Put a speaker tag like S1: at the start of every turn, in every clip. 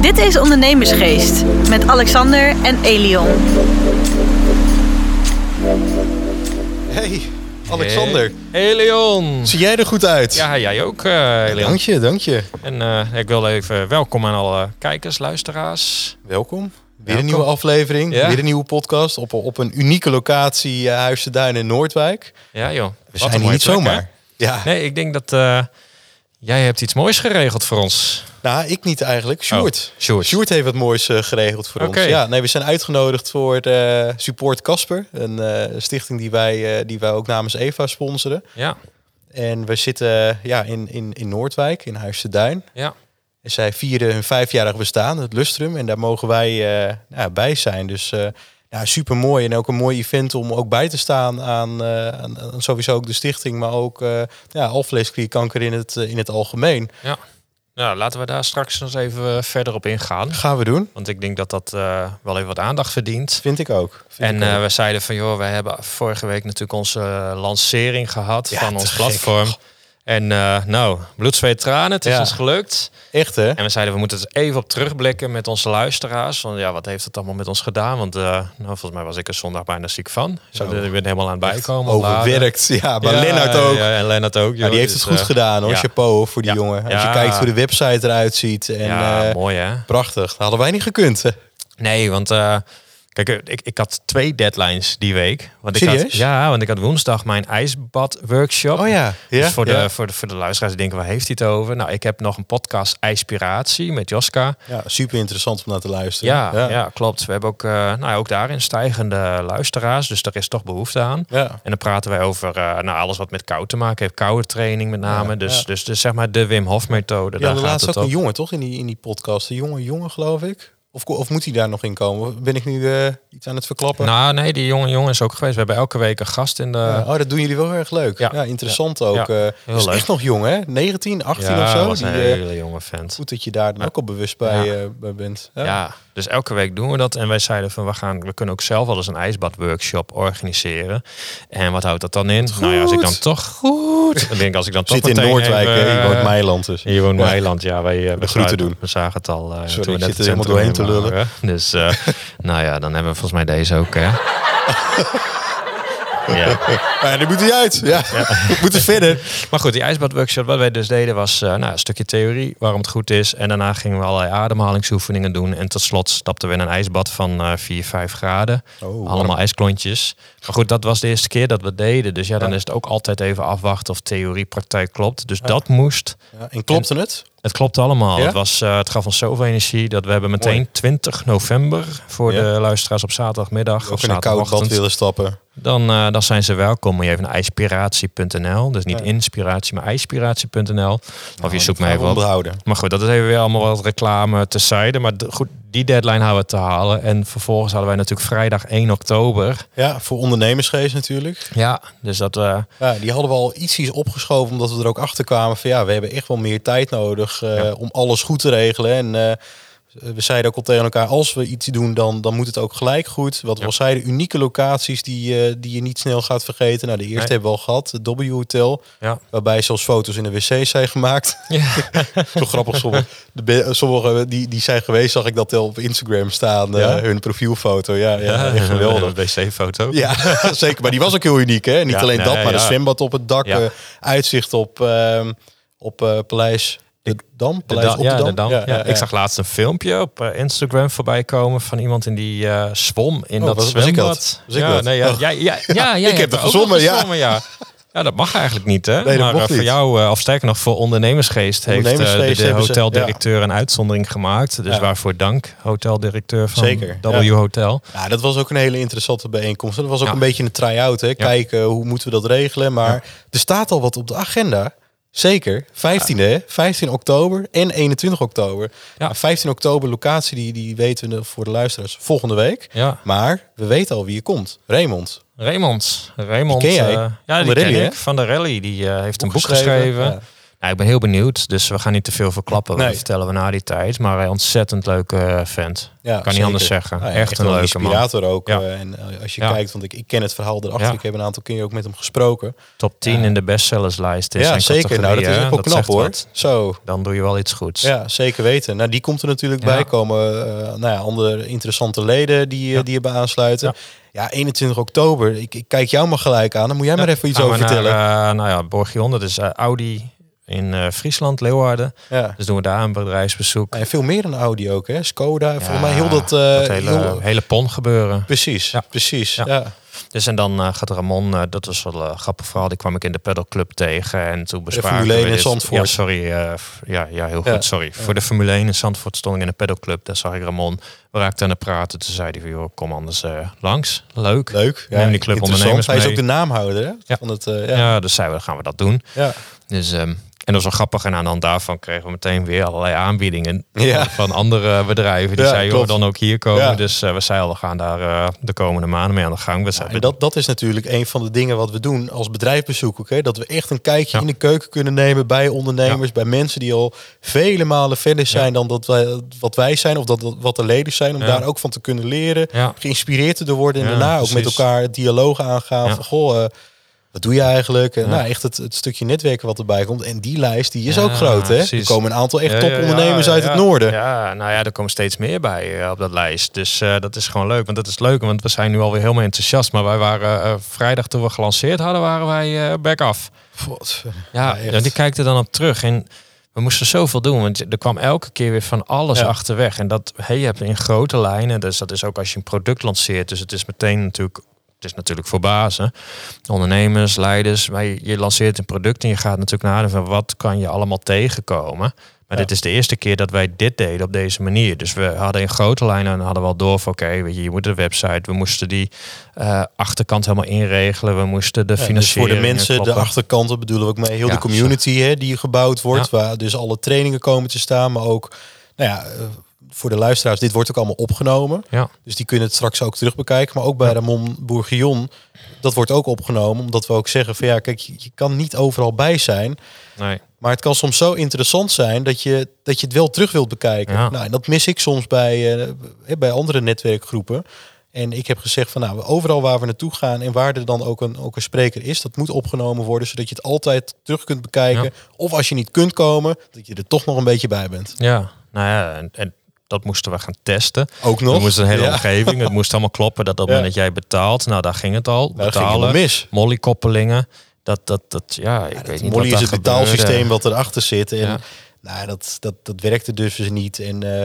S1: Dit is Ondernemersgeest met Alexander en Elion.
S2: Hey, Alexander.
S3: Hey Leon.
S2: Zie jij er goed uit?
S3: Ja, jij ook, eh Leon.
S2: Dank je, dank je.
S3: En eh, ik wil even welkom aan alle kijkers, luisteraars.
S2: Welkom. Weer een
S3: Welkom.
S2: nieuwe aflevering,
S3: Ja.
S2: weer een nieuwe podcast op, op een unieke locatie, eh, Huis de Duin in Noordwijk.
S3: Ja joh.
S2: We
S3: Wat een
S2: zijn hier
S3: mooie
S2: niet
S3: plek,
S2: zomaar.
S3: hè?
S2: ja,
S3: Nee, ik denk dat eh, jij hebt iets moois geregeld voor ons.
S2: nou ik niet eigenlijk. Sjoerd.
S3: Oh, Sjoerd.
S2: Sjoerd heeft wat moois eh, geregeld voor
S3: Oké.
S2: ons. Ja, nee, we zijn uitgenodigd voor de Support Casper, een eh, stichting die wij, eh, die wij ook namens Eva sponsoren.
S3: Ja,
S2: En we zitten ja, in, in, in Noordwijk, in Huis de Duin.
S3: ja.
S2: En zij vieren hun vijfjarig bestaan, het Lustrum. En daar mogen wij eh, ja, bij zijn. Dus super mooi. En ook een mooi event om ook bij te staan aan, eh, aan, aan sowieso ook de stichting. Maar ook eh ja, alvleesklierkanker in het, eh, in het algemeen.
S3: Nou, laten we daar straks nog eens even eh, verder op ingaan.
S2: Gaan we doen.
S3: Want ik denk dat dat eh, wel even wat aandacht verdient.
S2: Vind ik ook. Vind
S3: En
S2: ik ook.
S3: eh, we zeiden van, joh, we hebben vorige week natuurlijk onze eh, lancering gehad
S2: Ja,
S3: van
S2: te
S3: ons
S2: gek.
S3: platform. En eh, nou, bloed, zweet, tranen, het is
S2: Ja.
S3: ons gelukt.
S2: Echt hè?
S3: En we zeiden, we moeten het even op terugblikken met onze luisteraars. Van ja, wat heeft het allemaal met ons gedaan? Want eh, nou, volgens mij was ik er zondag bijna ziek van.
S2: Zo.
S3: Zo, ik ben er helemaal aan het bijkomen. laden.
S2: Overwerkt. Ja, maar
S3: Ja,
S2: Lennart ook.
S3: Ja, en Lennart ook.
S2: Ja,
S3: joh.
S2: die heeft
S3: Dus,
S2: het goed
S3: eh,
S2: gedaan hoor.
S3: ja.
S2: Chapeau voor die
S3: Ja.
S2: jongen. Als je
S3: Ja.
S2: kijkt hoe de website eruit ziet. En,
S3: Ja,
S2: eh,
S3: mooi hè?
S2: prachtig. Dat hadden wij niet gekund. hè?
S3: Nee, want eh, kijk, eh, ik, ik had twee deadlines die week. Want Ik had,
S2: Serieus?
S3: ja, want ik had woensdag mijn ijsbad-workshop.
S2: Oh ja. ja?
S3: dus voor,
S2: ja.
S3: de, voor, de, voor de luisteraars die denken, waar heeft hij het over? Nou, ik heb nog een podcast IJspiratie met Joska.
S2: Ja, super interessant om naar te luisteren.
S3: Ja, ja. klopt. We hebben ook, eh, nou, ja, ook daarin stijgende luisteraars, dus daar is toch behoefte aan.
S2: Ja.
S3: En dan praten wij over eh, nou, alles wat met kou te maken heeft. Koude training met name.
S2: Ja,
S3: dus,
S2: ja.
S3: Dus, dus zeg maar de Wim Hof methode.
S2: Ja,
S3: daar
S2: de
S3: gaat
S2: laatste
S3: het
S2: ook een
S3: om.
S2: jongen, toch? In die, in die podcast. Een jonge jongen, geloof ik. Of, ko- of moet hij daar nog in komen? Ben ik nu eh, iets aan het verklappen?
S3: Nou nee, die jonge jongen is ook geweest. We hebben elke week een gast in de...
S2: Ja, oh, dat doen jullie wel heel erg leuk. Ja,
S3: Ja.
S2: interessant ook.
S3: Ja.
S2: eh
S3: Heel
S2: is
S3: leuk.
S2: echt nog jong, hè? 19, 18
S3: Ja,
S2: of zo.
S3: was
S2: Die,
S3: een
S2: eh,
S3: hele jonge vent.
S2: goed dat je daar dan ook al bewust bij, eh, bij bent. Ja.
S3: Ja. dus elke week doen we dat. En wij zeiden van we gaan, we kunnen ook zelf wel eens een ijsbadworkshop organiseren. En wat houdt dat dan in? Nou ja, als ik dan
S2: goed.
S3: toch goed. Ik denk als ik dan toch
S2: Zit in
S3: meteen
S2: Noordwijk,
S3: even,
S2: hè? Je woont
S3: eh,
S2: Meiland dus.
S3: Hier woont
S2: Ja.
S3: Meiland, ja. Wij, eh, we
S2: groeten
S3: zagen-
S2: doen.
S3: We zagen het al eh,
S2: Sorry,
S3: toen we
S2: ik zit
S3: net het
S2: er helemaal
S3: centrum
S2: doorheen te
S3: in
S2: lullen.
S3: waren. Dus eh, nou ja, dan hebben we volgens mij deze ook. Hè? ja.
S2: Maar die moet hij uit. Ja. We moeten verder.
S3: Maar goed, die ijsbadworkshop, wat wij dus deden was eh, nou, een stukje theorie waarom het goed is. En daarna gingen we allerlei ademhalingsoefeningen doen. En tot slot stapten we in een ijsbad van eh 4, 5 graden.
S2: Oh,
S3: Allemaal ijsklontjes. Maar goed, dat was de eerste keer dat we het deden. Dus ja, dan is het ook altijd even afwachten of theorie, praktijk klopt. Dus dat moest.
S2: Ja, en klopte het?
S3: Het klopt allemaal.
S2: Ja?
S3: Het, was, eh, het gaf ons zoveel energie dat we hebben meteen
S2: Mooi.
S3: 20 november voor
S2: Ja.
S3: de luisteraars op zaterdagmiddag
S2: Ook
S3: of
S2: in een koud bad
S3: zaterdagochtend.
S2: willen stappen.
S3: Dan, eh, dan zijn ze welkom. Moet je even naar ijspiratie.nl. Dus niet
S2: Ja. Nou,
S3: inspiratie, maar ijspiratie.nl. Of je zoekt me
S2: mij
S3: even op.
S2: Onthouden.
S3: Maar goed, dat is even weer allemaal wat reclame terzijde. Maar d- goed, die deadline hadden we te halen. En vervolgens hadden wij natuurlijk vrijdag 1 oktober.
S2: Ja, voor ondernemersgeest natuurlijk.
S3: Ja, dus dat... eh,
S2: Ja, die hadden we al iets iets opgeschoven, omdat we er ook achter kwamen van ja, we hebben echt wel meer tijd nodig eh,
S3: Ja.
S2: om alles goed te regelen. En eh, we zeiden ook al tegen elkaar, als we iets doen, dan, dan moet het ook gelijk goed. Wat we
S3: Ja.
S2: al zeiden, unieke locaties die, eh, die je niet snel gaat vergeten. Nou, de eerste
S3: Nee.
S2: hebben we al gehad, het W Hotel,
S3: ja.
S2: waarbij zelfs foto's in de wc's zijn gemaakt.
S3: ja.
S2: Zo grappig, sommige, de be- sommige eh, die, die zijn geweest, zag ik dat al op Instagram staan, eh,
S3: Ja?
S2: hun profielfoto. Ja, ja, echt geweldig.
S3: wc-foto.
S2: Ja, zeker. Maar die was ook heel uniek, hè? Niet
S3: Ja,
S2: alleen
S3: nee,
S2: dat, maar de
S3: ja.
S2: zwembad op het dak,
S3: Ja.
S2: eh, uitzicht op, ehm, op eh, Paleis de Dam.
S3: De
S2: Paleis
S3: Dam-
S2: op
S3: ja,
S2: de Dam.
S3: de Dam. Ja, Ik zag laatst een filmpje op eh, Instagram voorbij komen van iemand in die eh, zwom in
S2: Oh,
S3: dat
S2: was- was ik
S3: zwembad.
S2: dat? Was ik
S3: ja,
S2: dat?
S3: nee, ja,
S2: Oh.
S3: ja, ja, ja, jij
S2: Ik heb
S3: hebt
S2: er
S3: ook nog
S2: gezwommen, ja.
S3: ja. Ja, dat mag eigenlijk niet, hè?
S2: dat
S3: maar eh,
S2: mocht
S3: voor
S2: niet.
S3: jou, eh, of sterker nog voor ondernemersgeest, heeft eh,
S2: Ondernemersgeest
S3: de, de
S2: hebben ze-
S3: hoteldirecteur een uitzondering gemaakt. Dus
S2: Ja.
S3: waarvoor dank, hoteldirecteur van
S2: Zeker,
S3: W
S2: ja.
S3: Hotel.
S2: Ja, dat was ook een hele interessante bijeenkomst. Dat was ook
S3: Ja.
S2: een beetje een try-out, hè? Kijken hoe moeten we dat regelen. Maar er staat al wat op de agenda. Zeker, 15 hè? 15 oktober en 21 oktober.
S3: Ja.
S2: Nou, 15 oktober, locatie, die, die weten we voor de luisteraars volgende week.
S3: Ja,
S2: Maar we weten al wie er komt. Raymond.
S3: Raymond. Raymond
S2: Die ken jij?
S3: eh, ja,
S2: Van de
S3: die ken
S2: rally, hè?
S3: ik. Van de rally. Die eh, heeft een boek
S2: geschreven,
S3: geschreven.
S2: ja.
S3: Ja, ik ben heel benieuwd, dus we gaan niet te veel verklappen.
S2: Nee.
S3: Dat vertellen we na die tijd. Maar een ontzettend leuke eh, vent.
S2: Ja,
S3: kan niet
S2: zeker.
S3: anders zeggen.
S2: Nou ja,
S3: echt, een
S2: wel
S3: leuke man.
S2: inspirator ook.
S3: Ja.
S2: eh, en eh, als je
S3: Ja.
S2: kijkt, want ik, ik ken het verhaal erachter.
S3: Ja.
S2: Ik heb een aantal keer ook met hem gesproken.
S3: Top 10 in de bestsellerslijst. Is
S2: ja,
S3: zijn
S2: zeker. Nou, dat
S3: categorie,
S2: is
S3: hè.
S2: ook wel knap
S3: zegt
S2: hoor.
S3: wat.
S2: Zo,
S3: Dan doe je wel iets goeds.
S2: ja, zeker weten. Nou, die komt er natuurlijk
S3: Ja.
S2: bij. Komen eh, nou ja, andere interessante leden die, eh, die erbij aansluiten. Ja. 21 oktober. Ik, ik kijk jou maar gelijk aan. Dan moet jij maar even iets
S3: Gaan
S2: over
S3: we naar,
S2: vertellen.
S3: eh, nou ja, Borgion, dat is eh, Audi in eh, Friesland, Leeuwarden.
S2: ja.
S3: Dus doen we daar een bedrijfsbezoek.
S2: En veel meer dan Audi ook, hè? Skoda. Volgens mij heel dat... eh,
S3: dat hele,
S2: heel-
S3: hele pon gebeuren.
S2: Precies,
S3: Ja.
S2: precies.
S3: Ja.
S2: Ja.
S3: Dus en dan eh, gaat Ramon, eh, dat was wel een grappig verhaal, die kwam ik in de pedalclub tegen en toen bespraken
S2: Formule
S3: we
S2: 1 in
S3: dit.
S2: Zandvoort.
S3: Ja, sorry. eh, f- ja, ja, heel goed,
S2: Ja,
S3: sorry. Voor de Formule 1 in Zandvoort stond ik in de pedalclub, daar zag ik Ramon. We raakten aan het praten, toen zei hij van, joh, kom anders eh, langs. Leuk.
S2: Leuk. Ja,
S3: Neem die club
S2: interessant.
S3: ondernemers
S2: Hij is
S3: mee.
S2: ook de naamhouder, hè?
S3: Ja.
S2: Van het, eh,
S3: Ja,
S2: ja.
S3: dus zeiden we, dan gaan we dat doen.
S2: Ja.
S3: Dus, ehm, en dat was wel grappig. En aan de hand daarvan kregen we meteen weer allerlei aanbiedingen
S2: Ja.
S3: van andere bedrijven. Die
S2: Ja,
S3: zeiden, joh,
S2: klopt.
S3: dan ook hier komen.
S2: Ja.
S3: Dus eh, we zeiden, al, we gaan daar eh, de komende maanden mee aan de gang. We zeiden,
S2: En dat, dat is natuurlijk een van de dingen wat we doen als bedrijfbezoek. oké? Dat we echt een kijkje
S3: Ja.
S2: in de keuken kunnen nemen bij ondernemers, bij mensen die al vele malen verder zijn dan dat wij, wat wij zijn of dat, wat de leden zijn. Om
S3: Ja.
S2: daar ook van te kunnen leren,
S3: Ja.
S2: geïnspireerd te worden en
S3: Ja,
S2: daarna ook met
S3: precies.
S2: elkaar het dialoog aangaan.
S3: Ja.
S2: Van, goh, eh, wat doe je eigenlijk? En nou, echt het, het stukje netwerken wat erbij komt. En die lijst, die is
S3: Ja,
S2: ook groot. Hè? Er
S3: precies.
S2: komen een aantal echt
S3: Ja, ja,
S2: topondernemers
S3: ja,
S2: uit
S3: ja.
S2: het noorden.
S3: Ja, nou ja, er komen steeds meer bij eh, op dat lijst. Dus eh, dat is gewoon leuk. Want dat is leuk, want we zijn nu alweer helemaal enthousiast. Maar wij waren eh, vrijdag toen we gelanceerd hadden, waren wij eh back off.
S2: God.
S3: Ja,
S2: Ja, echt.
S3: ja, die kijkt er dan op terug. En we moesten zoveel doen, want je- er kwam elke keer weer van alles
S2: Ja.
S3: achterweg. En dat hey, je hebt in grote lijnen, dus dat is ook als je een product lanceert. Dus het is meteen natuurlijk, het is natuurlijk voor bazen, ondernemers, leiders. Maar je, je lanceert een product en je gaat natuurlijk nadenken van wat kan je allemaal tegenkomen. Maar
S2: Ja.
S3: dit is de eerste keer dat wij dit deden op deze manier. Dus we hadden in grote lijnen en hadden wel door van oké, weet je, je moet de website, we moesten die eh, achterkant helemaal inregelen, we moesten de
S2: Ja, dus
S3: financiering
S2: voor de mensen, de
S3: kloppen.
S2: achterkanten bedoelen we ook mee. Heel
S3: Ja,
S2: de community hè, die gebouwd wordt. Waar dus alle trainingen komen te staan. Maar ook, nou ja, eh, voor de luisteraars, dit wordt ook allemaal opgenomen.
S3: Ja.
S2: Dus die kunnen het straks ook terug bekijken. Maar ook bij Ramon Bourguignon, dat wordt ook opgenomen. Omdat we ook zeggen van ja, kijk, je je kan niet overal bij zijn.
S3: Nee.
S2: Maar het kan soms zo interessant zijn dat je, dat je het wel terug wilt bekijken.
S3: Ja.
S2: Nou, en dat mis ik soms bij, eh, hè, bij andere netwerkgroepen. En ik heb gezegd van nou, overal waar we naartoe gaan en waar er dan ook een, ook een spreker is, dat moet opgenomen worden, zodat je het altijd terug kunt bekijken.
S3: Ja.
S2: Of als je niet kunt komen, dat je er toch nog een beetje bij bent.
S3: Ja, nou ja, en, en dat moesten we gaan testen.
S2: Ook
S3: We
S2: nog.
S3: moesten een hele
S2: Ja.
S3: omgeving, het moest allemaal kloppen. Dat op het
S2: Ja.
S3: moment dat jij betaalt, nou daar ging het al.
S2: Nou, dat ging helemaal mis.
S3: mollykoppelingen. Dat, dat, dat, ja, ik weet niet
S2: Molly
S3: wat
S2: is het
S3: daar
S2: betaalsysteem
S3: gebeurde.
S2: wat erachter zit. En
S3: Ja.
S2: nou, dat, dat, dat werkte dus dus niet. En eh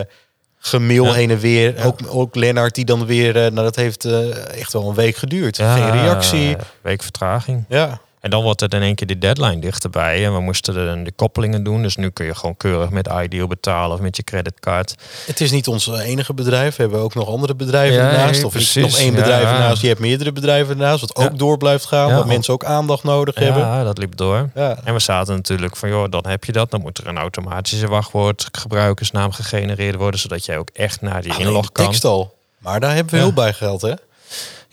S2: gemail
S3: Ja.
S2: heen en weer. Ook, ook Lennart die dan weer... eh, nou, dat heeft eh, echt wel een week geduurd. Geen
S3: Ja,
S2: reactie.
S3: Week vertraging.
S2: Ja,
S3: En dan wordt het in één keer die deadline dichterbij. En we moesten er dan de koppelingen doen. Dus nu kun je gewoon keurig met Ideal betalen of met je creditcard.
S2: het is niet ons enige bedrijf. We hebben ook nog andere bedrijven
S3: Ja,
S2: ernaast.
S3: ja,
S2: Of is
S3: precies.
S2: nog één bedrijf
S3: Ja.
S2: ernaast. Je hebt meerdere bedrijven ernaast. Wat ook
S3: Ja.
S2: door blijft gaan.
S3: Ja,
S2: Waar
S3: want-
S2: mensen ook aandacht nodig hebben.
S3: Ja, dat liep door.
S2: Ja.
S3: En we zaten natuurlijk van, joh, dan heb je dat. Dan moet er een automatische wachtwoord, gebruikersnaam gegenereerd worden, zodat jij ook echt naar die
S2: Alleen
S3: inlog
S2: de
S3: kan.
S2: tekst al. Maar daar hebben we
S3: Ja.
S2: heel bij geld, hè?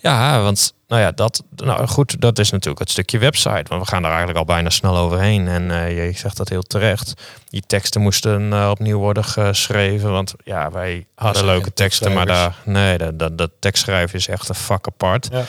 S3: Ja, want nou ja, dat, nou goed, dat is natuurlijk het stukje website. Want we gaan daar eigenlijk al bijna snel overheen. En eh, je zegt dat heel terecht. Die teksten moesten eh, opnieuw worden geschreven. Want ja, wij hadden
S2: zijn
S3: leuke
S2: geen
S3: teksten, maar daar,
S2: tekstschrijvers.
S3: nee, dat, dat, dat tekstschrijven is echt een vak apart.
S2: Ja.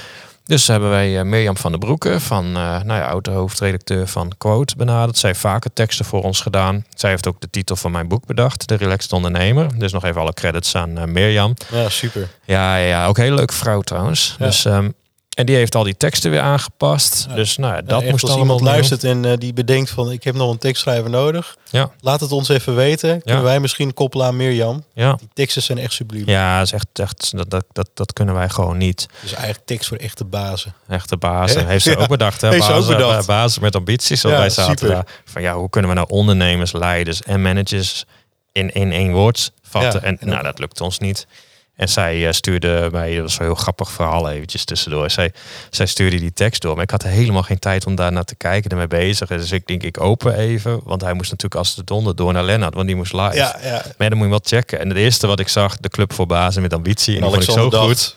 S3: Dus hebben wij eh, Mirjam van der Broeke, van, eh nou ja, oud-hoofdredacteur van Quote, benaderd. Zij heeft vaker teksten voor ons gedaan. Zij heeft ook de titel van mijn boek bedacht, De Relaxed Ondernemer. Dus nog even alle credits aan eh, Mirjam.
S2: Ja, super.
S3: Ja, ja, ook een hele leuke vrouw trouwens.
S2: Ja.
S3: Dus, ehm, en die heeft al die teksten weer aangepast.
S2: Ja.
S3: Dus nou, ja,
S2: Dat
S3: dat
S2: echt,
S3: moest
S2: als
S3: allemaal
S2: iemand
S3: opnieuw.
S2: luistert en eh, die bedenkt van... ik heb nog een tekstschrijver nodig.
S3: Ja,
S2: Laat het ons even weten. Kunnen
S3: Ja.
S2: wij misschien koppelen aan Mirjam?
S3: ja.
S2: Die teksten zijn echt subliem.
S3: ja is echt, echt, dat, dat, dat, dat kunnen wij gewoon niet.
S2: Dus eigenlijk tekst voor echte bazen.
S3: Echte bazen. Heeft ze
S2: Ja.
S3: ook bedacht. Hè?
S2: Heeft ze ook
S3: Bazen-
S2: bedacht.
S3: eh, bazen met ambities. Want
S2: Ja,
S3: wij zaten
S2: super.
S3: daar van ja, hoe kunnen we nou ondernemers, leiders en managers in, in één woord vatten.
S2: Ja,
S3: en
S2: en
S3: nou,
S2: ook-
S3: dat lukt ons niet. En zij eh, stuurde mij, dat was een heel grappig verhaal eventjes tussendoor. Zij, zij stuurde die tekst door, maar ik had helemaal geen tijd om daar naar te kijken, ermee bezig. Dus ik denk, ik open even, want hij moest natuurlijk als de donder door naar Lennart, want die moest live.
S2: Ja, ja.
S3: Maar ja, dan moet je wel checken. En het eerste wat ik zag, de club voor bazen met ambitie. En die vond ik zo
S2: Alexander
S3: goed.
S2: dacht,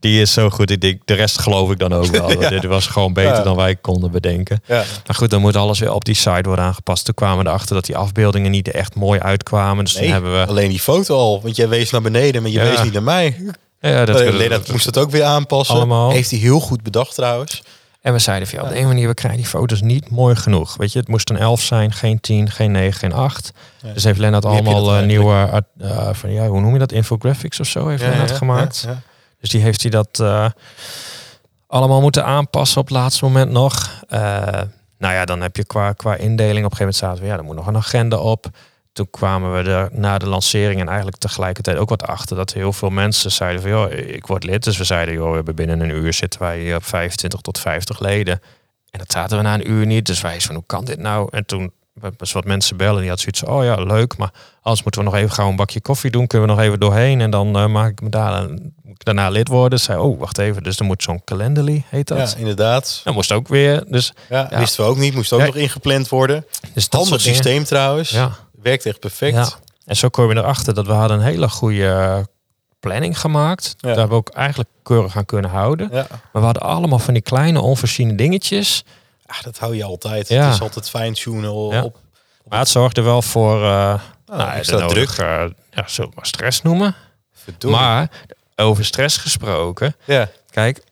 S3: Die is zo goed. Ik denk, de rest geloof ik dan ook wel. Want Dit was gewoon beter
S2: Ja.
S3: dan wij konden bedenken.
S2: Ja.
S3: Maar goed, dan moet alles weer op die site worden aangepast. Toen kwamen we erachter dat die afbeeldingen niet echt mooi uitkwamen. Dus
S2: Nee,
S3: toen hebben we...
S2: alleen die foto al. Want jij wees naar beneden, maar je
S3: Ja.
S2: wees niet naar mij.
S3: Ja, dat,
S2: Alleen Eh, dat moest dat ook weer aanpassen.
S3: Allemaal.
S2: Heeft hij heel goed bedacht trouwens.
S3: En we zeiden van, ja, op de een manier, we krijgen die foto's niet mooi genoeg. Weet je, het moest een 11 zijn, geen 10, geen 9, geen 8.
S2: Ja.
S3: Dus heeft Lennart
S2: Wie heb je dat
S3: allemaal eh,
S2: eigenlijk?
S3: nieuwe, art- eh, van, ja, hoe noem je dat, infographics of zo heeft
S2: Ja,
S3: Lennart
S2: ja,
S3: gemaakt.
S2: ja, ja.
S3: Dus die heeft hij dat eh, allemaal moeten aanpassen op het laatste moment nog. Eh, nou ja, dan heb je qua, qua indeling op een gegeven moment zaten we, ja, er moet nog een agenda op. Toen kwamen we er na de lancering en eigenlijk tegelijkertijd ook wat achter dat heel veel mensen zeiden van, joh, ik word lid. Dus we zeiden, joh, we hebben binnen een uur zitten wij hier op 25 tot 50 leden. En dat zaten we na een uur niet. Dus wij zeiden van, hoe kan dit nou? En toen was wat mensen bellen, die had zoiets van, oh ja, leuk, maar anders moeten we nog even gauw een bakje koffie doen. Kunnen we nog even doorheen en dan eh, maak ik me daar, moet ik daarna lid worden. Zei, oh, wacht even, dus dan moet zo'n Calendly, heet dat.
S2: Ja, inderdaad.
S3: Dat moest ook weer. Dus,
S2: Ja,
S3: Ja.
S2: Wisten we ook niet. Moest ook
S3: Ja.
S2: nog ingepland worden.
S3: dus dat
S2: Handig
S3: soort dingen.
S2: systeem trouwens.
S3: Ja.
S2: Werkt echt perfect.
S3: Ja. En zo kwam je erachter dat we hadden een hele goede planning gemaakt. Daar hebben we ook eigenlijk keurig aan kunnen houden.
S2: Ja.
S3: Maar we hadden allemaal van die kleine onvoorziene dingetjes.
S2: Ah, dat hou je altijd.
S3: Ja.
S2: Het is altijd fine-tunen op.
S3: Ja. Maar het zorgde wel voor eh nou,
S2: extra
S3: de nodige, ja, zullen we maar stress noemen.
S2: Verdorie.
S3: Maar over stress gesproken.
S2: ja.
S3: Kijk,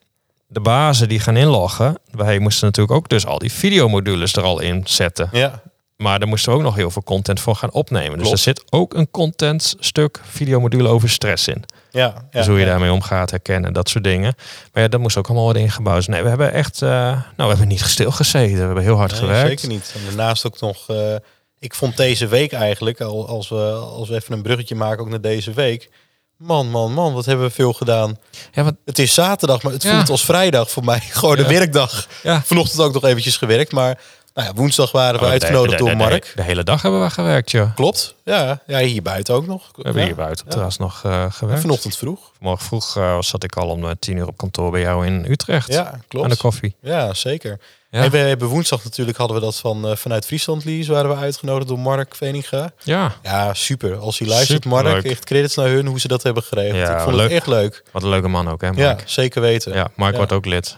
S3: de bazen die gaan inloggen. Wij moesten natuurlijk ook dus al die videomodules er al in zetten.
S2: Ja.
S3: Maar daar moesten we ook nog heel veel content voor gaan opnemen. Dus
S2: Klopt.
S3: er zit ook een content stuk videomodule over stress in.
S2: Ja. ja.
S3: dus hoe je
S2: ja.
S3: daarmee omgaat, herkennen, dat soort dingen. Maar ja, dat moest ook allemaal worden ingebouwd. Dus nee, we hebben echt, eh, nou, we hebben niet stilgezeten. We hebben heel hard
S2: Nee,
S3: gewerkt.
S2: Zeker niet. En daarnaast ook nog... eh, ik vond deze week eigenlijk, al- als we, als we even een bruggetje maken ook naar deze week... Man, man, man, wat hebben we veel gedaan.
S3: Ja, want
S2: Het is zaterdag, maar het
S3: Ja.
S2: voelt als vrijdag voor mij. Gewoon
S3: Ja.
S2: een werkdag.
S3: Ja.
S2: Vanochtend ook nog eventjes gewerkt, maar nou ja, woensdag waren we
S3: Oh,
S2: uitgenodigd
S3: de- de-
S2: door
S3: de-
S2: Mark.
S3: De, de hele dag hebben we gewerkt, joh.
S2: Klopt, ja. ja. Hier buiten ook nog.
S3: We hebben
S2: Ja.
S3: hier buiten op
S2: Ja.
S3: terras nog eh, gewerkt.
S2: Vanochtend vroeg.
S3: Morgen vroeg eh, zat ik al om eh, tien uur op kantoor bij jou in Utrecht.
S2: Ja,
S3: Aan de
S2: klopt.
S3: koffie.
S2: Ja, zeker.
S3: Ja.
S2: En we hebben woensdag natuurlijk hadden we dat van eh, vanuit Friesland Lease waren we uitgenodigd door Mark Veninga.
S3: Ja,
S2: Ja, super. Als hij luistert, Mark,
S3: Superleuk.
S2: echt credits naar hun hoe ze dat hebben geregeld.
S3: Ja,
S2: Ik vond
S3: leuk.
S2: het echt leuk.
S3: wat een leuke man ook, hè,
S2: Ja,
S3: Mark?
S2: zeker weten.
S3: Ja, Mark
S2: Ja.
S3: wordt ook lid.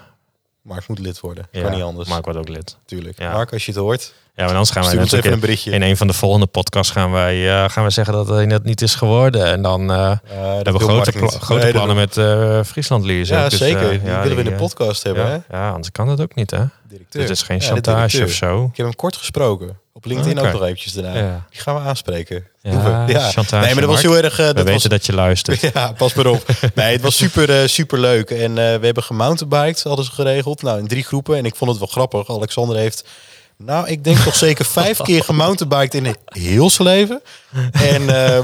S2: Mark moet lid worden.
S3: Ja,
S2: Kan niet anders.
S3: Mark wordt ook lid.
S2: natuurlijk.
S3: Ja.
S2: Mark, als je het hoort,
S3: Ja, maar anders gaan wij
S2: stuur ons
S3: natuurlijk
S2: even een
S3: in,
S2: berichtje.
S3: in een van de volgende podcasts gaan wij, eh, gaan wij zeggen dat hij net niet is geworden. En dan... eh,
S2: Eh, dat
S3: We hebben
S2: wil
S3: grote,
S2: Mark niet.
S3: pla- grote
S2: Nee, dat
S3: plannen met eh, Friesland lezen.
S2: Ja, zeker.
S3: eh,
S2: die willen we in de
S3: pot
S2: podcast hebben, hè?
S3: Ja, anders kan dat ook niet, hè?
S2: Directeur.
S3: Dit is geen
S2: Ja, de
S3: chantage
S2: directeur.
S3: of zo.
S2: Ik heb hem kort gesproken. Op LinkedIn
S3: Oké.
S2: ook nog eventjes daarna.
S3: Ja.
S2: Die gaan we aanspreken.
S3: Ja,
S2: Doen we.
S3: chantage,
S2: Nee, maar dat was heel erg... eh,
S3: We
S2: dat
S3: weten
S2: was,
S3: dat je luistert.
S2: Ja, pas maar op. nee, het was super, eh, super leuk. En eh, we hebben gemountainbiked, hadden ze geregeld. Nou, in drie groepen. En ik vond het wel grappig. Alexander heeft... Nou, ik denk toch zeker vijf keer gemountainbiked in heel zijn leven. En eh,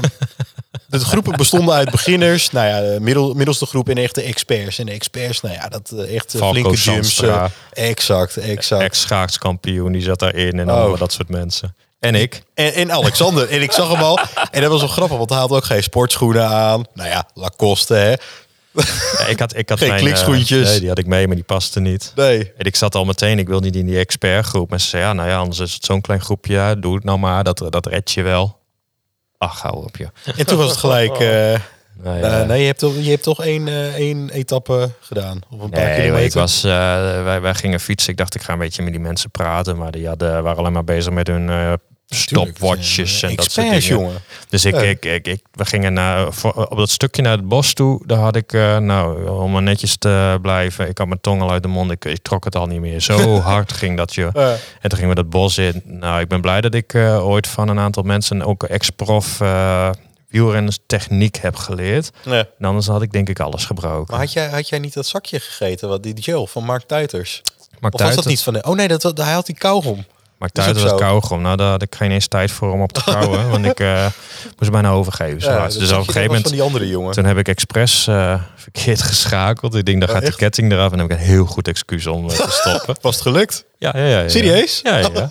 S2: de groepen bestonden uit beginners, nou ja, eh, middel, middelste groep en echte experts. En de experts, nou ja, dat eh, echt eh,
S3: Falco
S2: flinke jumps. eh,
S3: Zandstra,
S2: exact, exact.
S3: ex-schaakskampioen, die zat daarin. En
S2: Oh.
S3: allemaal dat soort mensen. En ik.
S2: En, en Alexander. En ik zag hem al. En dat was wel grappig, want hij had ook geen sportschoenen aan. Nou ja, Lacoste, hè?
S3: Ja, ik had, ik had
S2: Geen
S3: mijn,
S2: klikschoentjes.
S3: eh, nee, die had ik mee, maar die paste niet.
S2: Nee.
S3: En ik zat al meteen, ik wil niet in die expertgroep. En ze zei, ja, nou ja, anders is het zo'n klein groepje. Ja, Doe het nou maar, dat, dat red je wel. Ach, hou op, je.
S2: En toen was het gelijk... eh,
S3: Nee,
S2: nou, nee, je hebt toch, je hebt toch één, eh, één etappe gedaan. Of een paar
S3: Nee, maar
S2: kilometer.
S3: ik was, eh, wij, wij gingen fietsen. Ik dacht, ik ga een beetje met die mensen praten. Maar die hadden, waren alleen maar bezig met hun eh,
S2: Tuurlijk,
S3: stopwatches
S2: eh,
S3: en dat soort dingen.
S2: experts, jongen. Eh.
S3: Dus ik,
S2: Ja.
S3: ik, ik, ik- we gingen naar, voor- op dat stukje naar het bos toe. Daar had ik, eh, nou, om maar netjes te blijven. Ik had mijn tong al uit de mond. Ik, ik trok het al niet meer. Zo hard ging dat, je.
S2: Eh,
S3: En toen gingen we dat bos in. Nou, ik ben blij dat ik eh, ooit van een aantal mensen, ook ex-prof, eh wielrenners techniek heb geleerd.
S2: nee.
S3: En anders had ik denk ik alles gebroken.
S2: Maar had jij, had jij niet dat zakje gegeten? Wat, die gel van Mark Tuiters?
S3: Maakt
S2: Of was dat
S3: uit.
S2: niet van... De, oh nee, dat, dat- hij had die kauwgom.
S3: Maakt
S2: Is
S3: uit
S2: ook
S3: dat het
S2: zo.
S3: kauwgom. Nou, daar had ik geen eens tijd voor om op te kauwen. want ik eh, moest bijna overgeven. zo
S2: Ja,
S3: hard.
S2: dat
S3: dus
S2: zakje,
S3: op
S2: dat
S3: een gegeven
S2: was
S3: moment...
S2: van die andere jongen.
S3: Toen heb ik expres eh, verkeerd geschakeld. Ik denk, daar
S2: Oh,
S3: gaat
S2: echt?
S3: de ketting eraf. En dan heb ik een heel goed excuus om eh, te stoppen.
S2: Was het gelukt?
S3: ja, ja, ja, ja.
S2: Serieus?
S3: Ja, ja. ja.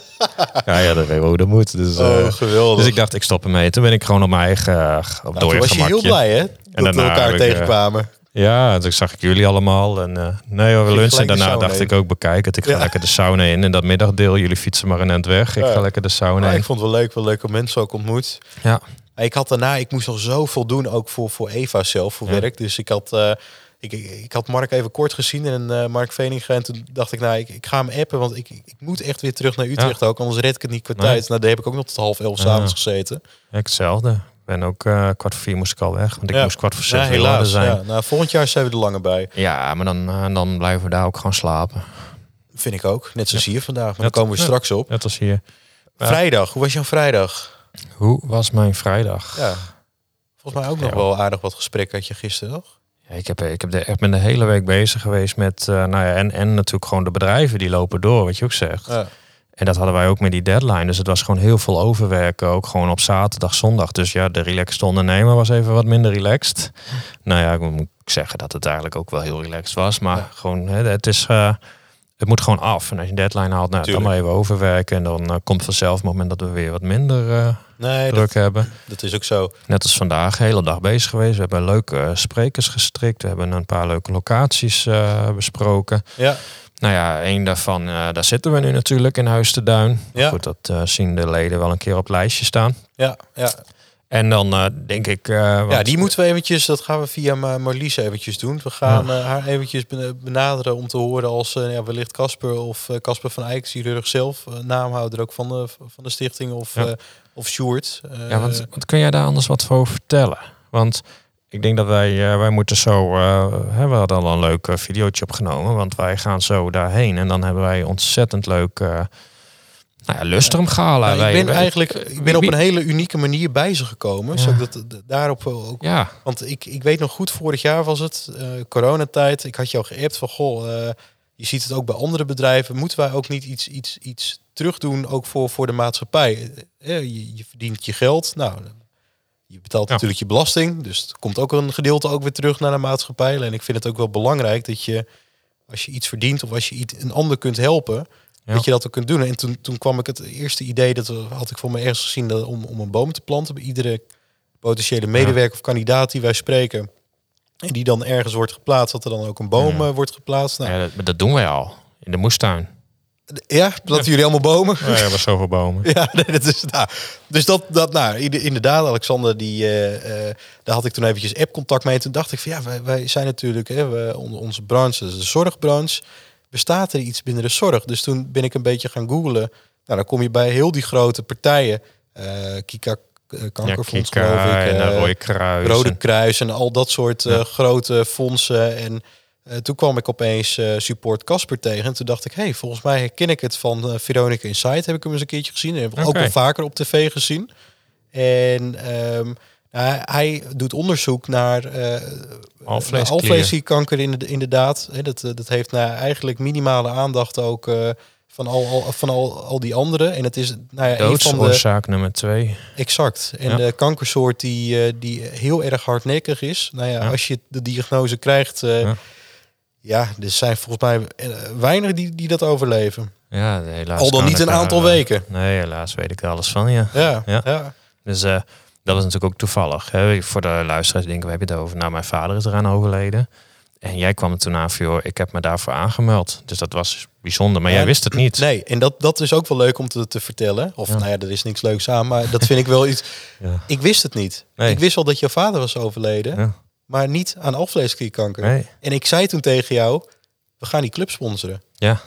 S3: ja, ja, dat weet wel hoe dat moet. Dus, eh,
S2: Oh, geweldig.
S3: dus ik dacht, ik stop ermee. Toen ben ik gewoon op mijn eigen eh, op
S2: Nou, toen
S3: dooie
S2: was je heel
S3: gemakje.
S2: blij, hè? Dat we
S3: daarna heb
S2: elkaar
S3: ik, eh,
S2: tegenkwamen.
S3: Ja, toen zag ik jullie allemaal. En, eh, nee, hoor, we
S2: Ging
S3: lunchen. En
S2: gelijk de
S3: daarna
S2: sauna
S3: dacht
S2: in.
S3: ik ook, bekijk het. Ik ga
S2: Ja.
S3: lekker de sauna in. En dat middagdeel, jullie fietsen maar een end weg. Ik
S2: Ja.
S3: ga lekker de sauna
S2: Maar
S3: in.
S2: Nou, ik vond het wel leuk, wel leuke mensen ook ontmoet.
S3: Ja.
S2: Ik had daarna, ik moest nog zoveel doen, ook voor, voor Eva zelf, voor
S3: Ja.
S2: werk. Dus ik had eh, Ik, ik, ik had Mark even kort gezien en eh, Mark Veninga. En toen dacht ik, nou, ik, ik ga hem appen. Want ik, ik moet echt weer terug naar Utrecht ook. Anders red ik het niet qua
S3: Nee.
S2: tijd. Nou, daar heb ik ook nog tot half elf
S3: Ja.
S2: s'avonds gezeten.
S3: Ik hetzelfde. Ik ben ook eh, kwart voor vier moest ik al weg. Want ik
S2: Ja.
S3: moest kwart voor
S2: Ja,
S3: zes weer later
S2: helaas.
S3: zijn.
S2: Ja,
S3: Ja,
S2: nou, volgend jaar zijn we er langer bij.
S3: maar dan, eh, dan blijven we daar ook gewoon slapen.
S2: Vind ik ook. Net zoals hier vandaag. Maar
S3: Ja,
S2: daar komen we
S3: ja.
S2: straks op.
S3: Net als hier. Ja.
S2: Vrijdag. Hoe was jouw vrijdag?
S3: Hoe was mijn vrijdag?
S2: Ja. Volgens mij ook nog
S3: Ja.
S2: wel aardig wat gesprekken had je gisteren, toch?
S3: Ja, ik, heb, eh, ik heb de, echt ben de hele week bezig geweest met... eh, nou ja, en, en natuurlijk gewoon de bedrijven die lopen door, wat je ook zegt.
S2: Ja.
S3: En dat hadden wij ook met die deadline. Dus het was gewoon heel veel overwerken. Ook gewoon op zaterdag, zondag. Dus ja, de relaxed ondernemer was even wat minder relaxed. Nou ja, ik moet zeggen dat het eigenlijk ook wel heel relaxed was. Maar
S2: Ja.
S3: gewoon, hè, het is... eh, het moet gewoon af. En als je een deadline haalt, nou, dan
S2: Tuurlijk.
S3: maar even overwerken. En dan eh, komt vanzelf het moment dat we weer wat minder eh,
S2: Nee, dat,
S3: druk hebben.
S2: dat is ook zo.
S3: Net als vandaag, de hele dag bezig geweest. We hebben leuke eh, sprekers gestrikt. We hebben een paar leuke locaties eh, besproken.
S2: Ja.
S3: Nou ja, één daarvan, eh, daar zitten we nu natuurlijk in Huis de Duin.
S2: Ja.
S3: Goed, dat eh, zien de leden wel een keer op het lijstje staan.
S2: Ja, ja.
S3: En dan eh, denk ik... eh,
S2: ja,
S3: want-
S2: die moeten we eventjes, dat gaan we via Ma- Marlies eventjes doen. We gaan eh, haar eventjes ben- benaderen om te horen als eh, ja, wellicht Casper of eh, Casper van Eyck, chirurg zelf, eh, naamhouder ook van de, van de stichting of,
S3: Ja.
S2: eh, of Sjoerd. Eh,
S3: Ja, want, want kun jij daar anders wat voor vertellen? Want ik denk dat wij, eh, wij moeten zo... eh, hè, we hadden al een leuk eh, videootje opgenomen. Want wij gaan zo daarheen. En dan hebben wij ontzettend leuk... eh nou ja, lustrumgala.
S2: nou,
S3: Wij-
S2: ik ben
S3: wij-
S2: eigenlijk ik ben op
S3: wie-
S2: een hele unieke manier bij ze gekomen.
S3: Ja.
S2: Zodat dat, dat- daarop eh, ook
S3: Ja,
S2: Want ik, ik weet nog goed, vorig jaar was het, eh, coronatijd. Ik had jou geappt van, goh, eh, je ziet het ook bij andere bedrijven. Moeten wij ook niet iets, iets, iets terugdoen, ook voor, voor de maatschappij? Eh, je, je verdient je geld. Nou, je betaalt
S3: Ja.
S2: natuurlijk je belasting. Dus het komt ook een gedeelte ook weer terug naar de maatschappij. En ik vind het ook wel belangrijk dat je, als je iets verdient of als je iets, een ander kunt helpen...
S3: Ja.
S2: Dat je dat ook kunt doen. En toen, toen kwam ik het eerste idee, dat we- had ik voor me ergens gezien, dat, om, om een boom te planten bij iedere potentiële medewerker of kandidaat die wij spreken. En die dan ergens wordt geplaatst, dat er dan ook een boom
S3: Ja.
S2: eh, wordt geplaatst. Nou,
S3: ja, dat, dat doen wij al. In de moestuin.
S2: d- ja, planten jullie allemaal bomen?
S3: We hebben zoveel bomen.
S2: Ja, nee, dat is, nou, dus dat, dat, nou, ieder- inderdaad, Alexander, die, eh, eh, daar had ik toen eventjes app-contact mee. Toen dacht ik van, ja, wij, wij zijn natuurlijk, hè, we, on- onze branche, dat is de zorgbranche, bestaat er iets binnen de zorg? Dus toen ben ik een beetje gaan googlen. Nou, dan kom je bij heel die grote partijen, eh, Kika eh, Kankerfonds,
S3: Kika
S2: geloof ik.
S3: en
S2: eh,
S3: eh, Rode Kruis.
S2: Rode
S3: en-
S2: Kruis en al dat soort eh,
S3: Ja.
S2: grote fondsen. En eh, toen kwam ik opeens eh, Support Casper tegen. En toen dacht ik, hey, volgens mij herken ik het van eh, Veronica Insight. Heb ik hem eens een keertje gezien. En heb ik ook
S3: Oké.
S2: wel vaker op tv gezien. En ehm, nou, hij doet onderzoek naar eh
S3: Alvleesklier.
S2: nou, alvleesklierkanker in inderdaad. Hè, dat, eh, dat heeft nou eigenlijk minimale aandacht ook eh, van, al, al, van al, al die anderen. En het is nou ja, een van de...
S3: Doodsoorzaak nummer twee.
S2: Exact. En
S3: Ja.
S2: de kankersoort die, eh, die heel erg hardnekkig is. Nou ja,
S3: Ja.
S2: als je de diagnose krijgt, eh,
S3: Ja.
S2: ja. er zijn volgens mij eh, weinig die, die dat overleven.
S3: Ja, helaas.
S2: Al dan
S3: kan
S2: niet
S3: ik
S2: een
S3: daar,
S2: aantal
S3: eh,
S2: weken.
S3: Nee, helaas weet ik er alles van, ja.
S2: Ja,
S3: Ja.
S2: ja.
S3: Dus eh, dat was natuurlijk ook toevallig. Hè. Voor de luisteraars denken, we hebben het over. Nou, mijn vader is eraan overleden. En jij kwam er toen aan van, joh, ik heb me daarvoor aangemeld. Dus dat was bijzonder. Maar
S2: Ja,
S3: jij wist het niet.
S2: Nee, en dat, dat is ook wel leuk om te, te vertellen. Of
S3: Ja.
S2: nou ja, er is niks leuks aan, maar dat vind ik wel iets.
S3: Ja.
S2: Ik wist het niet.
S3: Nee.
S2: Ik wist wel dat jouw vader was overleden,
S3: Ja.
S2: maar niet aan alvleesklierkanker.
S3: Nee.
S2: En ik zei toen tegen jou, we gaan die club sponsoren.
S3: Ja.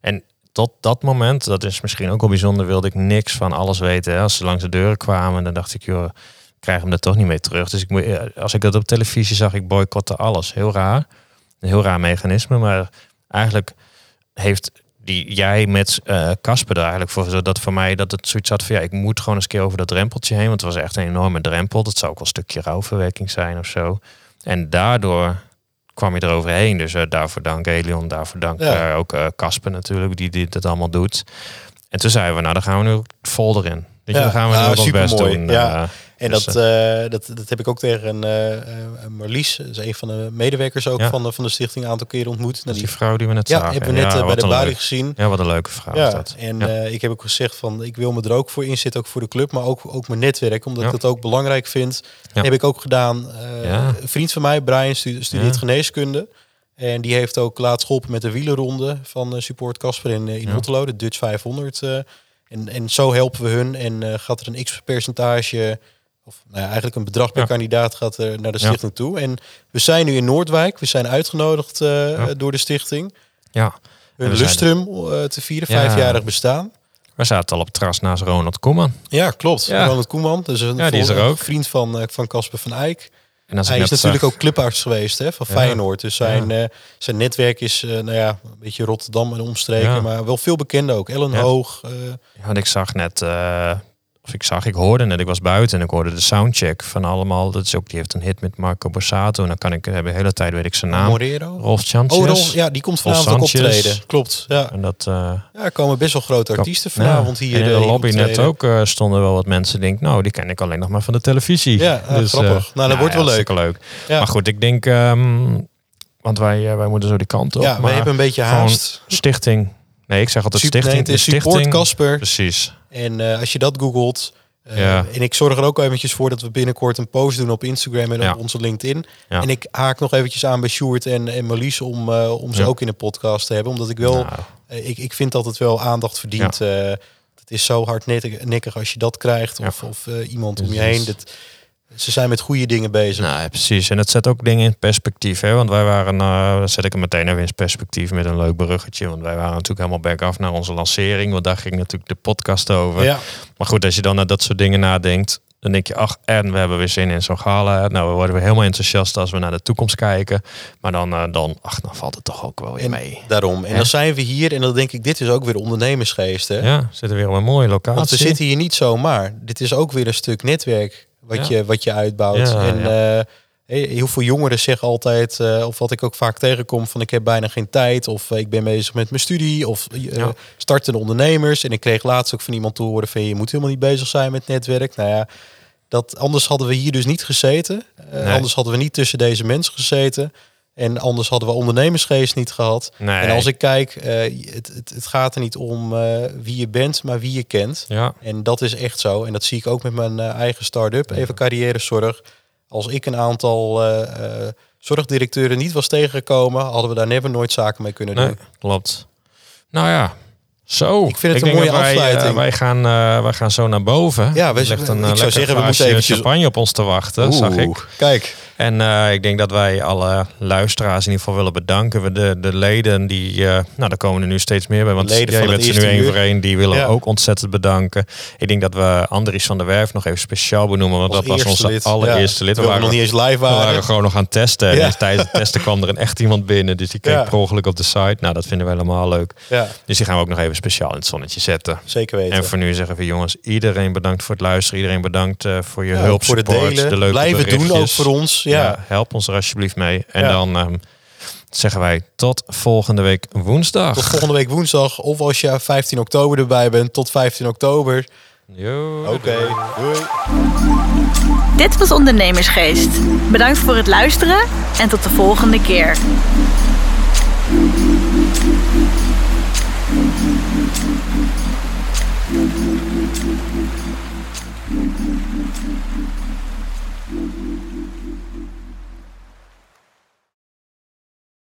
S3: En tot dat moment, dat is misschien ook wel bijzonder, wilde ik niks van alles weten. Hè. Als ze langs de deuren kwamen, dan dacht ik, joh, ik krijg hem er toch niet mee terug. Dus ik, moet- ja, als ik dat op televisie zag, ik boycotte alles. Heel raar. Een heel raar mechanisme, maar eigenlijk heeft die, jij met eh, Casper er eigenlijk voor gezorgd dat voor mij dat het zoiets had van ja, ik moet gewoon eens een keer over dat drempeltje heen, want het was echt een enorme drempel. Dat zou ook wel een stukje rouwverwerking zijn of zo. En daardoor kwam je eroverheen. Dus eh, daarvoor dank Elion, daarvoor dank
S2: Ja.
S3: eh, ook eh, Casper natuurlijk, die dit het allemaal doet. En toen zeiden we, nou dan gaan we nu ook het folder in. Weet
S2: Ja,
S3: je, dan gaan we nu
S2: nou,
S3: ook ons best
S2: supermooi,
S3: doen.
S2: ja.
S3: eh,
S2: En
S3: Dus,
S2: dat, eh, dat, dat heb ik ook tegen eh, eh, Marlies, dat is een van de medewerkers ook
S3: Ja.
S2: van, de, van de stichting, een aantal keren ontmoet.
S3: dat
S2: Nou,
S3: is
S2: die,
S3: die vrouw die we net
S2: ja,
S3: zagen.
S2: hebben we net eh,
S3: wat
S2: bij de
S3: een
S2: balie
S3: leuk-
S2: gezien.
S3: Ja, wat een leuke vrouw is
S2: Ja,
S3: dat.
S2: en
S3: Ja.
S2: eh, ik heb ook gezegd van ik wil me er ook voor inzetten, ook voor de club, maar ook, ook mijn netwerk, omdat
S3: Ja.
S2: ik dat ook belangrijk vind.
S3: Ja.
S2: Heb ik ook gedaan. Eh,
S3: Ja.
S2: Een vriend van mij, Brian, stu- studeert
S3: Ja.
S2: geneeskunde. En die heeft ook laatst geholpen met de wielerronde van eh, Support Casper in, eh, in
S3: Ja.
S2: Otterlo, de Dutch 500. eh. en, en zo helpen we hun en eh, gaat er een x-percentage of nou ja, eigenlijk een bedrag per
S3: Ja.
S2: kandidaat gaat er naar de
S3: Ja.
S2: stichting toe. En we zijn nu in Noordwijk. We zijn uitgenodigd eh,
S3: Ja.
S2: door de stichting.
S3: Ja.
S2: Hun
S3: we zijn
S2: lustrum eh, te vieren,
S3: Ja.
S2: vijfjarig bestaan.
S3: We zaten al op het terras naast Ronald Koeman.
S2: Ja, klopt.
S3: Ja.
S2: Ronald Koeman, dus een
S3: Ja, die is er
S2: voor-
S3: ook.
S2: vriend van eh, van Casper van Eyck.
S3: En als ik
S2: Hij is
S3: net
S2: natuurlijk
S3: zag-
S2: ook clubarts geweest hè, van
S3: Ja.
S2: Feyenoord. Dus zijn, eh, zijn netwerk is eh, nou ja, een beetje Rotterdam en omstreken.
S3: Ja.
S2: Maar wel veel bekend ook. Ellen
S3: Ja.
S2: Hoog. eh,
S3: Ja, want ik zag net, eh, of ik zag, ik hoorde net, ik was buiten en ik hoorde de soundcheck van allemaal. Dat is ook, die heeft een hit met Marco Borsato. En dan kan ik, eh, de hele tijd weet ik zijn naam.
S2: Morero.
S3: Rolf Chantjes.
S2: Oh, Rolf, ja, die komt vanavond ook
S3: Sanchez.
S2: optreden. Klopt, ja.
S3: En dat, eh,
S2: Ja, er komen best wel grote artiesten
S3: ja.
S2: vanavond hier.
S3: En in
S2: eh,
S3: de
S2: hier
S3: lobby net
S2: optreden.
S3: ook eh, stonden wel wat mensen. Denk, nou, die ken ik alleen nog maar van de televisie.
S2: Ja, ah,
S3: eh,
S2: grappig. Nou, dat wordt wel
S3: hartstikke leuk.
S2: Ja.
S3: Maar goed, ik denk, ehm, want wij, eh, wij moeten zo die kant op.
S2: Ja, we
S3: maar
S2: hebben een beetje
S3: gewoon
S2: haast.
S3: Stichting. Nee, ik zeg altijd
S2: Sup- nee,
S3: stichting.
S2: het
S3: de
S2: is support
S3: stichting.
S2: Casper.
S3: Precies.
S2: En eh, als je dat googelt... eh,
S3: Ja.
S2: En ik zorg er ook eventjes voor dat we binnenkort een post doen op Instagram en
S3: Ja.
S2: op onze LinkedIn.
S3: Ja.
S2: En ik haak nog eventjes aan bij Sjoerd en, en Marlies om, eh, om ze
S3: Ja.
S2: ook in de podcast te hebben. Omdat ik wel,
S3: Nou,
S2: eh, ik, ik vind dat het wel aandacht verdient. Eh, het is zo hardnekkig als je dat krijgt
S3: Ja.
S2: of, of eh, iemand om je
S3: Precies.
S2: heen. Dat, ze zijn met goede dingen bezig.
S3: Nou, ja, precies. En het zet ook dingen in perspectief. Hè? Want wij waren, eh, dan zet ik hem meteen even in perspectief met een leuk bruggetje. Want wij waren natuurlijk helemaal back-af naar onze lancering. Want daar ging natuurlijk de podcast over.
S2: ja.
S3: Maar goed, als je dan naar dat soort dingen nadenkt, dan denk je, ach, en we hebben weer zin in zo'n gala. Nou, we worden weer helemaal enthousiast als we naar de toekomst kijken. Maar dan, eh, dan ach, dan valt het toch ook wel weer
S2: En
S3: mee.
S2: daarom. En
S3: Hè?
S2: dan zijn we hier en dan denk ik, dit is ook weer ondernemersgeest. Hè?
S3: Ja, zitten we weer op een mooie locatie.
S2: Want we zitten hier niet zomaar. Dit is ook weer een stuk netwerk wat,
S3: Ja.
S2: je, wat je uitbouwt.
S3: Ja,
S2: en eh, heel veel jongeren zeggen altijd, eh, of wat ik ook vaak tegenkom, van ik heb bijna geen tijd. Of eh, ik ben bezig met mijn studie. Of eh,
S3: Ja.
S2: startende ondernemers. En ik kreeg laatst ook van iemand te horen van je moet helemaal niet bezig zijn met netwerk. Nou ja, dat, anders hadden we hier dus niet gezeten. Eh,
S3: Nee.
S2: Anders hadden we niet tussen deze mensen gezeten. En anders hadden we ondernemersgeest niet gehad.
S3: Nee.
S2: En als ik kijk, eh, het, het, het gaat er niet om eh, wie je bent, maar wie je kent.
S3: Ja,
S2: En dat is echt zo. En dat zie ik ook met mijn eh, eigen start-up, even carrièrezorg. Als ik een aantal eh, eh, zorgdirecteuren niet was tegengekomen, hadden we daar never nooit zaken mee kunnen
S3: nee,
S2: doen.
S3: klopt. Nou ja, zo.
S2: Ik vind het een
S3: denk
S2: mooie
S3: dat wij, eh,
S2: afsluiting.
S3: wij, gaan, eh, wij gaan zo naar boven.
S2: Ja, we-
S3: Er ligt een,
S2: ik
S3: eh,
S2: zou
S3: lekker
S2: zeggen, we
S3: glaasje
S2: moeten eventjes-
S3: champagne op ons te wachten, zag ik.
S2: Oeh, Kijk,
S3: En eh, ik denk dat wij alle luisteraars in ieder geval willen bedanken. We De, de leden die, eh, nou daar komen er nu steeds meer bij. Want
S2: Leden
S3: jij
S2: van het
S3: bent ze nu
S2: eerste
S3: één
S2: uur.
S3: voor één. Die willen
S2: Ja.
S3: ook ontzettend bedanken. Ik denk dat we Andries van der Werf nog even speciaal benoemen. Want
S2: als
S3: dat was
S2: eerste
S3: onze
S2: lid.
S3: allereerste
S2: Ja,
S3: lid. We
S2: terwijl we
S3: waren,
S2: nog niet eens live
S3: we
S2: waren.
S3: waren gewoon nog aan het testen. En
S2: Ja.
S3: dus tijdens het testen kwam er een echt iemand binnen. Dus die keek
S2: Ja.
S3: per ongeluk op de site. Nou, dat vinden we helemaal leuk.
S2: Ja,
S3: Dus die gaan we ook nog even speciaal in het zonnetje zetten.
S2: zeker weten.
S3: En voor nu zeggen we jongens, iedereen bedankt voor het luisteren. Iedereen bedankt eh, voor je
S2: Ja,
S3: hulp,
S2: voor de
S3: support,
S2: delen.
S3: de leuke
S2: Blijven doen ook
S3: berichtjes.
S2: voor ons.
S3: Ja.
S2: Ja.
S3: help ons er alsjeblieft mee. En
S2: Ja.
S3: dan ehm, zeggen wij tot volgende week woensdag.
S2: Tot volgende week woensdag. Of als je 15 oktober erbij bent, tot 15 oktober.
S3: Yo,
S2: Oké, doei.
S1: Dit was Ondernemersgeest. Bedankt voor het luisteren en tot de volgende keer.